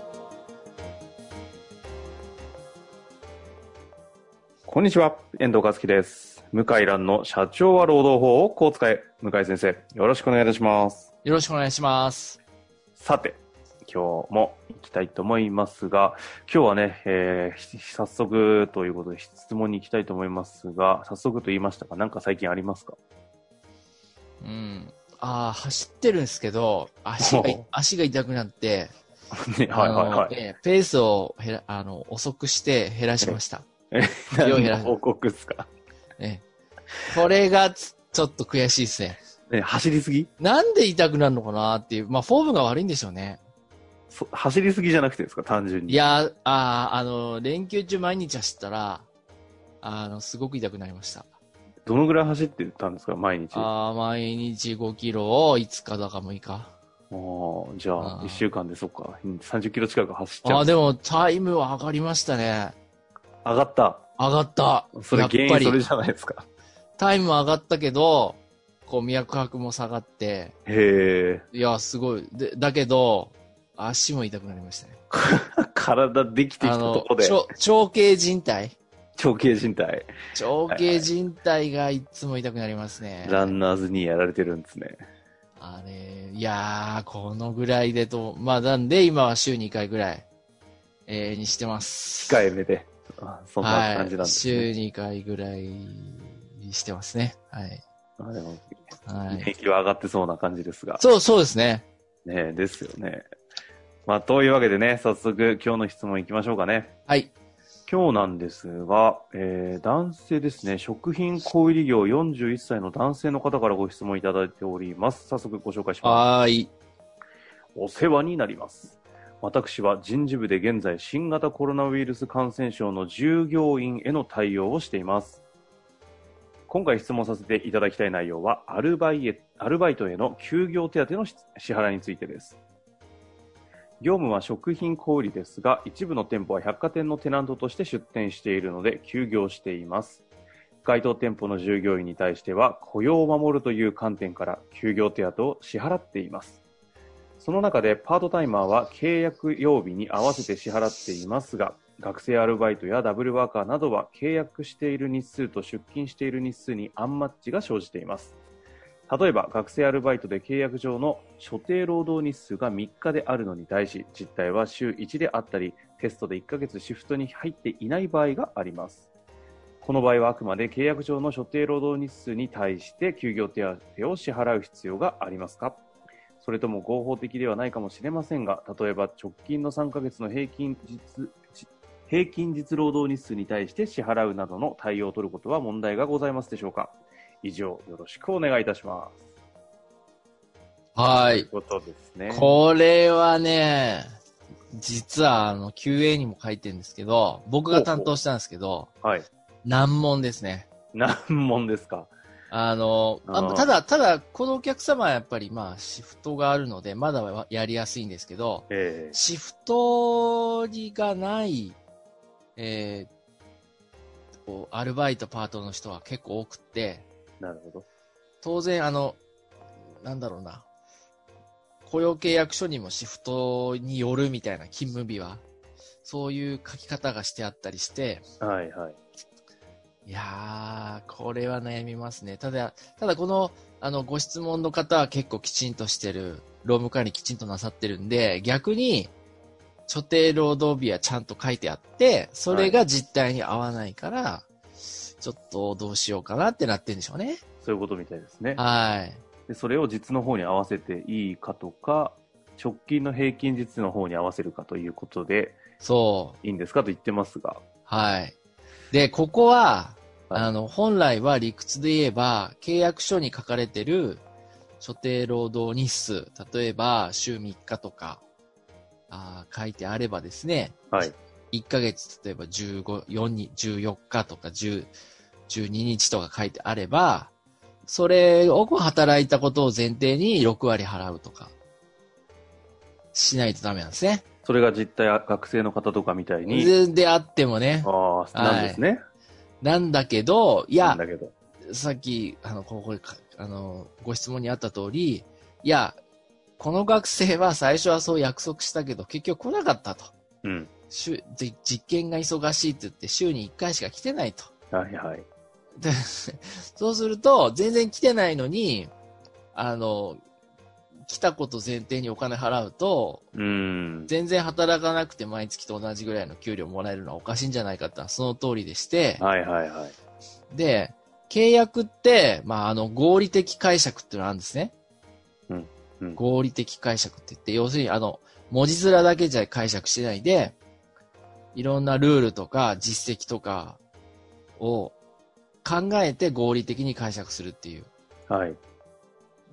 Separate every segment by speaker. Speaker 1: こんにちは、遠藤和樹です。向井蘭の社長は労働法をこう使え。向井先生、よろしくお願いいたします。
Speaker 2: よろしくお願いします。
Speaker 1: さて、今日も行きたいと思いますが、今日はね、えーひ早速ということで質問に行きたいと思いますが、早速と言いましたが、なんか最近ありますか
Speaker 2: うん。ああ、走ってるんですけど、足が
Speaker 1: おう、
Speaker 2: 足が痛くなって、
Speaker 1: ねはいはいは
Speaker 2: あの
Speaker 1: い。
Speaker 2: えーペースを減ら、あの、遅くして減らしました。量減らす
Speaker 1: 報告ですか、
Speaker 2: ええこれがつ、ちょっと悔しいですね。
Speaker 1: ね、走りすぎ
Speaker 2: なんで痛くなるのかなっていう、まあ、フォームが悪いんでしょうね。
Speaker 1: そ走りすぎじゃなくてですか単純に。
Speaker 2: いやー、あーあの、連休中毎日走ったら、あの、すごく痛くなりました。
Speaker 1: どのぐらい走ってたんですか毎日。あ
Speaker 2: ああ、毎日5キロを5日だか6日。
Speaker 1: あーじゃあ
Speaker 2: あ、ー
Speaker 1: 1週間でそっか、うん30キロ近く走っち
Speaker 2: あ
Speaker 1: ゃ
Speaker 2: あ、
Speaker 1: う。
Speaker 2: でもタイムは上がりましたね。
Speaker 1: 上がった。
Speaker 2: 上がった。
Speaker 1: それ
Speaker 2: やっ
Speaker 1: 原
Speaker 2: ぱ
Speaker 1: 因それ
Speaker 2: り
Speaker 1: じゃないですか。
Speaker 2: タイムは上がったけど、こう脈拍も下がって、
Speaker 1: へえ。
Speaker 2: いや、すごい。で、だけど、足も痛くなりましたね。
Speaker 1: 体できてきた
Speaker 2: あ
Speaker 1: と
Speaker 2: の
Speaker 1: こ、で
Speaker 2: ち、ょ長径靭帯
Speaker 1: 長径靭帯、
Speaker 2: 長径靭帯がいつも痛くなりますね。
Speaker 1: ランナーズにやられてるんですね。
Speaker 2: あれ、いやー、このぐらいでと、まあ、なんで今は週2回ぐらい、えー、にしてます。
Speaker 1: 控えめで。あそんな感じなん
Speaker 2: はい。
Speaker 1: です
Speaker 2: 週
Speaker 1: ね。
Speaker 2: 2回ぐらいにしてますね。はい。
Speaker 1: あでも、
Speaker 2: はい。
Speaker 1: 天気は上がってそうな感じですが。
Speaker 2: そう、そうですね。
Speaker 1: ねですよね。まあ、というわけでね、早速今日の質問いきましょうかね。
Speaker 2: はい。
Speaker 1: 今日なんですが、えー男性ですね、食品小売業41歳の男性の方からご質問いただいております。早速ご紹介します。
Speaker 2: はーい。
Speaker 1: お世話になります。私は人事部で現在新型コロナウイルス感染症の従業員への対応をしています。今回質問させていただきたい内容はアルバイエアルバイトへの休業手当の支支払いについてです。業務は食品小売ですが、一部の店舗は百貨店のテナントとして出店しているので休業しています。該当店舗の従業員に対しては雇用を守るという観点から休業手当を支払っています。その中でパートタイマーは契約曜日に合わせて支払っていますが、学生アルバイトやダブルワーカーなどは契約している日数と出勤している日数にアンマッチが生じています。例えば、学生アルバイトで契約上の所定労働日数が3日であるのに対し、実態は週1であったり、テストで1ヶ月シフトに入っていない場合があります。この場合はあくまで契約上の所定労働日数に対して休業手当を支払う必要がありますかそれとも合法的ではないかもしれませんが、例えば直近の3ヶ月の平均実、じ平均実労働日数に対して支払うなどの対応を取ることは問題がございますでしょうか以上、よろしくお願いいたします。
Speaker 2: はい
Speaker 1: という。ことですね。
Speaker 2: これはね、実はあの QA にも書いてるんですけど、僕が担当したんですけど、
Speaker 1: はい。
Speaker 2: 難問ですね。
Speaker 1: 難問ですか
Speaker 2: あの、あ
Speaker 1: あー
Speaker 2: ただ、ただ、このお客様はやっぱりまあシフトがあるので、まだはやりやすいんですけど、
Speaker 1: ええ
Speaker 2: シフトにがない、えーこうアルバイトパートの人は結構多くって、
Speaker 1: なるほど。
Speaker 2: 当然、あの、なんだろうな、雇用契約書にもシフトによるみたいな勤務日は、そういう書き方がしてあったりして、
Speaker 1: はいはい。
Speaker 2: いやー、これは悩みますね。ただ、ただこの、あの、ご質問の方は結構きちんとしてる、労務管理きちんとなさってるんで、逆に、所定労働日はちゃんと書いてあって、それが実態に合わないから、ちょっとどうしようかなってなってるんでしょうね。
Speaker 1: そういうことみたいですね。
Speaker 2: はい。
Speaker 1: でそれを実の方に合わせていいかとか、直近の平均実の方に合わせるかということで、
Speaker 2: そう。
Speaker 1: いいんですかと言ってますが。
Speaker 2: はい。で、ここは、
Speaker 1: はい
Speaker 2: あの、本来は理屈で言えば、契約書に書かれてる所定労働日数、例えば週3日とか、あー書いてあればですね、
Speaker 1: はい。
Speaker 2: 1ヶ月、例えば15、4に14日とか10 12日とか書いてあれば、それを働いたことを前提に6割払うとか、しないとダメなんですね。
Speaker 1: それが実態、学生の方とかみたいに、
Speaker 2: でであってもね、
Speaker 1: ああ、なんですね。
Speaker 2: なんだけど、い
Speaker 1: な
Speaker 2: や
Speaker 1: ん、だけど。
Speaker 2: さっき、あの、ここかあの、ご質問にあった通り、いや、この学生は最初はそう約束したけど、結局来なかったと。
Speaker 1: うん。
Speaker 2: 週で実験が忙しいって言って、週に1回しか来てないと。
Speaker 1: はいはい。
Speaker 2: で そうすると、全然来てないのに、あの、来たこと前提にお金払うと、
Speaker 1: うん。
Speaker 2: 全然働かなくて毎月と同じぐらいの給料もらえるのはおかしいんじゃないかってのはその通りでして、
Speaker 1: はいはいはい。
Speaker 2: で、契約って、まあ、あの、合理的解釈っていうのがあるんですね。
Speaker 1: うんうん
Speaker 2: 合理的解釈って言って、要するに、あの、文字面だけじゃ解釈しないで、いろんなルールとか実績とかを考えて合理的に解釈するっていう。
Speaker 1: はい。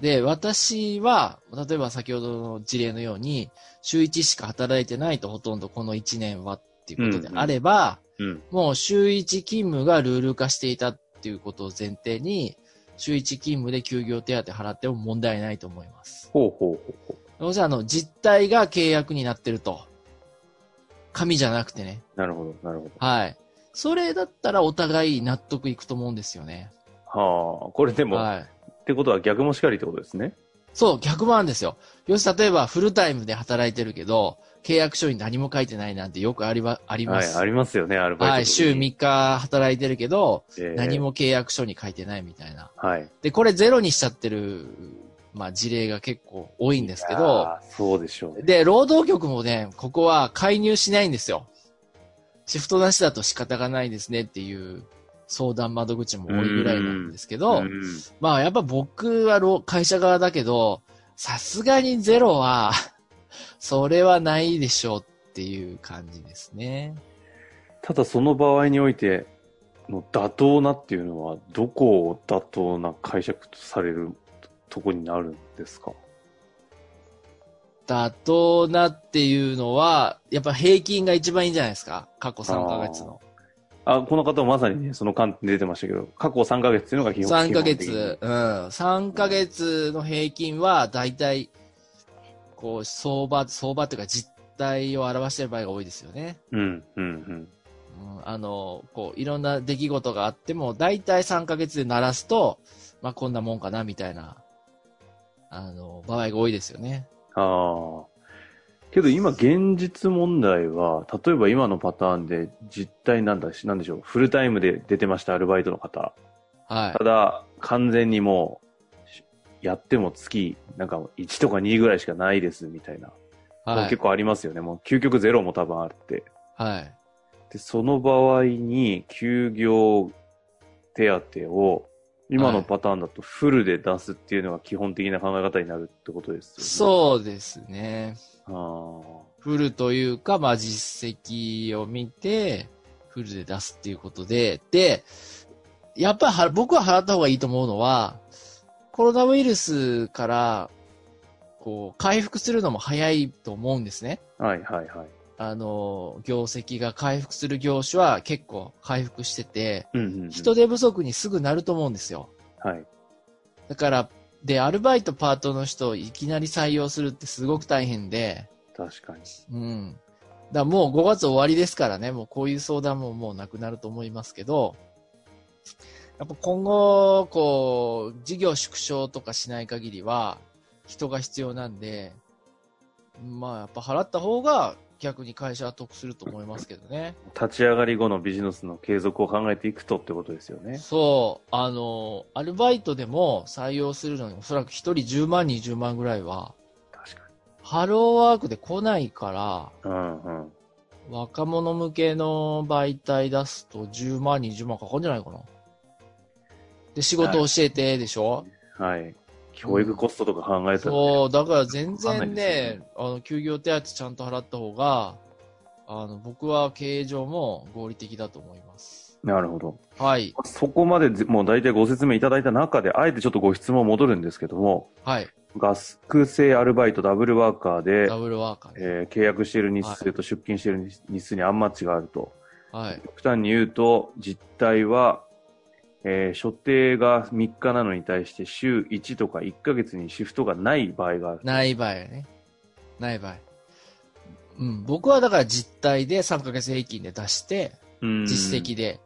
Speaker 2: で、私は、例えば先ほどの事例のように、週1しか働いてないとほとんどこの1年はっていうことであれば、
Speaker 1: うん。
Speaker 2: もう週1勤務がルール化していたっていうことを前提に、週1勤務で休業手当払っても問題ないと思います。
Speaker 1: ほうほうほうほ
Speaker 2: 要するにあの、実態が契約になってると。紙じゃなくてね。
Speaker 1: う。なるほど、なるほ
Speaker 2: はい。それだったらお互い納得いくと思うんですよね。
Speaker 1: ど。はあ、これでも、
Speaker 2: はい。
Speaker 1: ってことは逆もしかりってことですね。
Speaker 2: そう、逆もあるんですよ。要するに例えばフルタイムで働いてるけど、契約書に何も書いてないなんてよくありは、ありま
Speaker 1: はい、
Speaker 2: す。
Speaker 1: ありますよね、アルバイト。
Speaker 2: はい、週3日働いてるけど、
Speaker 1: えー
Speaker 2: 何。も契約書に書いてないみたいな。
Speaker 1: はい。
Speaker 2: で、これゼロにしちゃってる、まあ、事例が結構多いんですけど、
Speaker 1: あーそうでしょうね。
Speaker 2: で、労働局もね、ここは介入しないんですよ。シフトなしだと仕方がないですねっていう相談窓口も多いぐらいなんですけど、
Speaker 1: うん
Speaker 2: まあ、やっぱ僕は労会社側だけど、さすがにゼロは、 それはないでしょうっていう感じですね。
Speaker 1: ただその場合において、の妥当なっていうのは、どこを妥当な解釈とされるとこになるんですか
Speaker 2: 妥当なっていうのは、やっぱ平均が一番いいんじゃないですか過去3ヶ月の。
Speaker 1: あ、この方はまさにね、その観点で出てましたけど、過去3ヶ月っていうのが基本
Speaker 2: 3ヶ。
Speaker 1: 基本
Speaker 2: 月
Speaker 1: 的、
Speaker 2: うん。3ヶ月の平均は、だいたい、こう、相場、相場っていうか実態を表してる場合が多いですよね。
Speaker 1: にうん、うん、うん。
Speaker 2: うん、あの、こう、いろんな出来事があっても、だいたい3ヶ月で鳴らすと、まあ、こんなもんかな、みたいな、あの、場合が多いですよね。
Speaker 1: ああ。けど今現実問題は、例えば今のパターンで実態なんだし、なんでしょう、フルタイムで出てましたアルバイトの方。
Speaker 2: はい
Speaker 1: た。だ、完全にもうし、やっても月、なんか1とか2ぐらいしかないですみたいな。もう
Speaker 2: はい
Speaker 1: 結。構ありますよね。もう究極ゼロも多分あって。
Speaker 2: はい。
Speaker 1: で、その場合に休業手当を、今のパターンだとフルで出すっていうのが基本的な考え方になるってことですよね。
Speaker 2: そうですね。
Speaker 1: そう。
Speaker 2: フルというか、まあ、実績を見て、フルで出すっていうことで、で、やっぱりは僕は払った方がいいと思うのは、コロナウイルスから、こう、回復するのも早いと思うんですね。
Speaker 1: はいはいはい。
Speaker 2: あの、業績が回復する業種は結構回復してて、
Speaker 1: うんうんうん
Speaker 2: 人手不足にすぐなると思うんですよ。
Speaker 1: はい。
Speaker 2: だから、で、アルバイトパートの人をいきなり採用するってすごく大変で、
Speaker 1: 確かに。
Speaker 2: うん。だからもう5月終わりですからね、もうこういう相談ももうなくなると思いますけど、やっぱ今後、こう、事業縮小とかしない限りは、人が必要なんで、まあやっぱ払った方が逆に会社は得すると思いますけどね。
Speaker 1: 立ち上がり後のビジネスの継続を考えていくとってことですよね。
Speaker 2: そう、あの、アルバイトでも採用するのにおそらく1人10万、20万ぐらいは、
Speaker 1: 確か
Speaker 2: ハローワークで来ないから、
Speaker 1: に。うんうん。
Speaker 2: 若者向けの媒体出すと10万、20万かかるんじゃないかな。で、仕事教えてでしょ、
Speaker 1: はい。教育コストとか考えたらね、
Speaker 2: そう、だから全
Speaker 1: わか
Speaker 2: 然
Speaker 1: んないです
Speaker 2: ね
Speaker 1: よね
Speaker 2: あの、休業手当ちゃんと払った方が、あの、僕は経営上も合理的だと思います。
Speaker 1: なるほど。
Speaker 2: はい。
Speaker 1: そこまでぜもう大体ご説明いただいた中で、あえてちょっとご質問戻るんですけども、
Speaker 2: はい。
Speaker 1: 学生アルバイトダブルワーカーで
Speaker 2: ダ、ブルワーカーね。
Speaker 1: えー契約している日数と出勤している日日数にアンマッチがあると。
Speaker 2: はい。
Speaker 1: 極端に言うと、実態は、えー所定が3日なのに対して週1とか1ヶ月にシフトがない場合がある。
Speaker 2: ない場合ね。ない場合。うん。僕はだから実態で3ヶ月平均で出して、
Speaker 1: うん
Speaker 2: 実績で。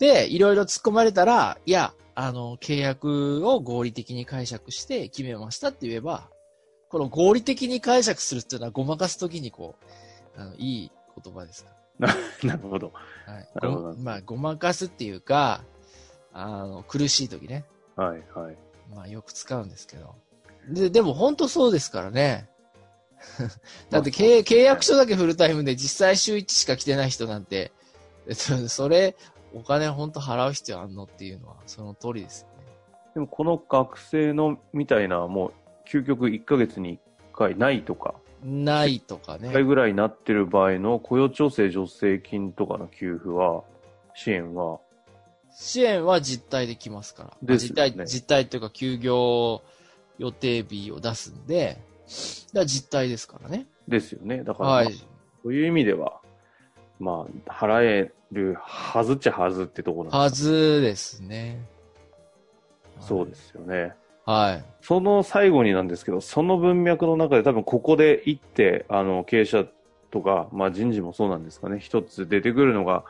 Speaker 2: で、いろいろ突っ込まれたら、いや、あの、契約を合理的に解釈して決めましたって言えば、この合理的に解釈するっていうのはごまかすときにこう、あの、いい言葉ですか
Speaker 1: なるほど。
Speaker 2: ら。はい
Speaker 1: なるほど
Speaker 2: ご。まあ、ごまかすっていうか、あの、苦しいときね。
Speaker 1: はいはい。
Speaker 2: まあ、よく使うんですけど。で、でも本当そうですからね。 だって契契約書だけフルタイムで実際週1しか来てない人なんて、 えっとそれ、お金本当払う必要あんのっていうのはその通りですよね。
Speaker 1: でもこの学生のみたいな、もう究極1ヶ月に1回ないとか、
Speaker 2: ないとか
Speaker 1: 1回
Speaker 2: ね。
Speaker 1: ぐらいになってる場合の雇用調整助成金とかの給付は、支援は、
Speaker 2: 支援は実態できますから。
Speaker 1: ですよね
Speaker 2: 実態、実態というか休業予定日を出すんで、だから実態ですからね。
Speaker 1: ですよね。だから、
Speaker 2: は
Speaker 1: まあ
Speaker 2: い。
Speaker 1: そういう意味では、まあ、払えるはずっちゃはずってところなん
Speaker 2: はずですね。
Speaker 1: そうで。すよね。
Speaker 2: はい。
Speaker 1: その最後になんですけど、その文脈の中で多分ここで一手、あの、経営者とか、まあ人事もそうなんですかね、一つ出てくるのが、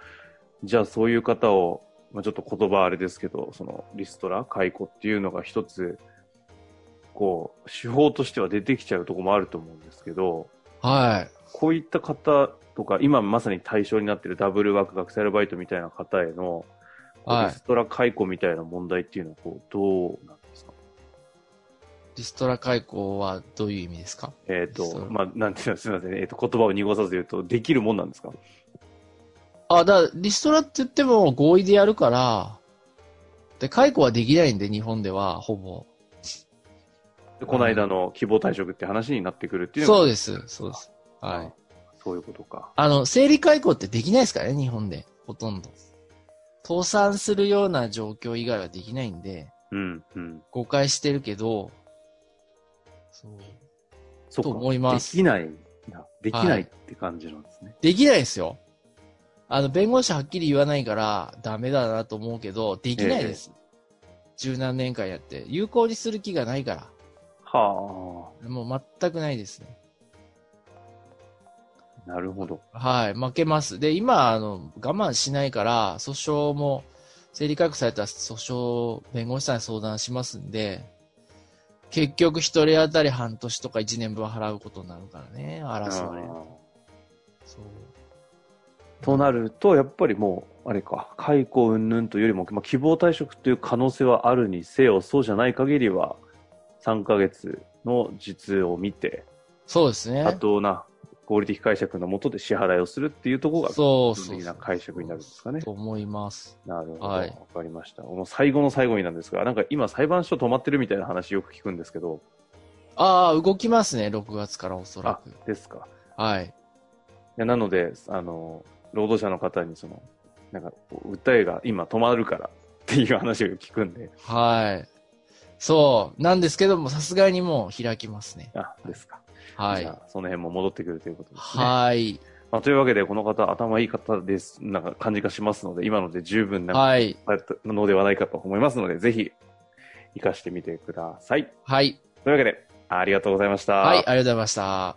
Speaker 1: じゃあそういう方を、まあちょっと言葉あれですけど、そのリストラ、解雇っていうのが一つ、こう、手法としては出てきちゃうところもあると思うんですけど、
Speaker 2: はい。
Speaker 1: こういった方とか、今まさに対象になっているダブルワーク、学生アルバイトみたいな方への、こう
Speaker 2: はい
Speaker 1: リストラ解雇みたいな問題っていうのは、こう、どうなんですか
Speaker 2: リストラ解雇はどういう意味ですか
Speaker 1: えっ、
Speaker 2: そ
Speaker 1: と、
Speaker 2: う
Speaker 1: まあ、なんていうの、 すみません、えっ、と、言葉を濁さず言うと、できるもんなんですか
Speaker 2: あ、だからリストラって言っても合意でやるから、で、解雇はできないんで、日本では、ほぼ。
Speaker 1: でこの間の希望退職って話になってくるっていうのが
Speaker 2: そうです、そうです。はい。
Speaker 1: そういうことか。
Speaker 2: あの、生理解雇ってできないですからね、日本で。ほとんど。倒産するような状況以外はできないんで、
Speaker 1: うん、うん。
Speaker 2: 誤解してるけど、そう。
Speaker 1: そうか。
Speaker 2: と思います
Speaker 1: できないな。できな
Speaker 2: はいい
Speaker 1: って感じなんですね。
Speaker 2: できないですよ。あの、弁護士はっきり言わないから、ダメだなと思うけど、できないです。十、何年間やって、有効にする気がないか
Speaker 1: は
Speaker 2: ら、もう全くないですね。
Speaker 1: あ、なるほど。
Speaker 2: はい、負けます。で、今、あの、我慢しないから、訴訟も、整理確された訴訟、弁護士さんに相談しますんで、結局一人当たり半年とか一年分払うことになるからね、争われる
Speaker 1: あ。ー
Speaker 2: そう。
Speaker 1: となると、やっぱりもう、あれか、解雇云々というよりも、まあ、希望退職という可能性はあるにせよ、そうじゃない限りは、3ヶ月の実を見て、
Speaker 2: そうですね。
Speaker 1: 妥当な合理的解釈のもとで支払いをするっていうところが
Speaker 2: そう
Speaker 1: 基本
Speaker 2: そうそう
Speaker 1: 的な解釈になるんですかね
Speaker 2: と思います。
Speaker 1: なるほど。わ、
Speaker 2: はい
Speaker 1: かりました。もう最後の最後になんですが、なんか今裁判所止まってるみたいな話よく聞くんですけど、
Speaker 2: ああ、動きますね、6月からおそら
Speaker 1: あ
Speaker 2: く。、
Speaker 1: ですか。
Speaker 2: はい。
Speaker 1: いやなので、あの、労働者の方にその、なんか、訴えが今止まるからっていう話を聞くんで、
Speaker 2: はい。そう。なんですけども、さすがにもう開きますね。
Speaker 1: あ、ですか。
Speaker 2: は
Speaker 1: じ
Speaker 2: い
Speaker 1: ゃ。あその辺も戻ってくるということですね。
Speaker 2: はい。
Speaker 1: まあ、というわけで、この方、頭いい方です、なんか感じがしますので、今ので十分な
Speaker 2: はい。
Speaker 1: のではないかと思いますので、ぜひ、活かしてみてください。
Speaker 2: はい。
Speaker 1: というわけで、ありがとうございました。
Speaker 2: はい。ありがとうございました。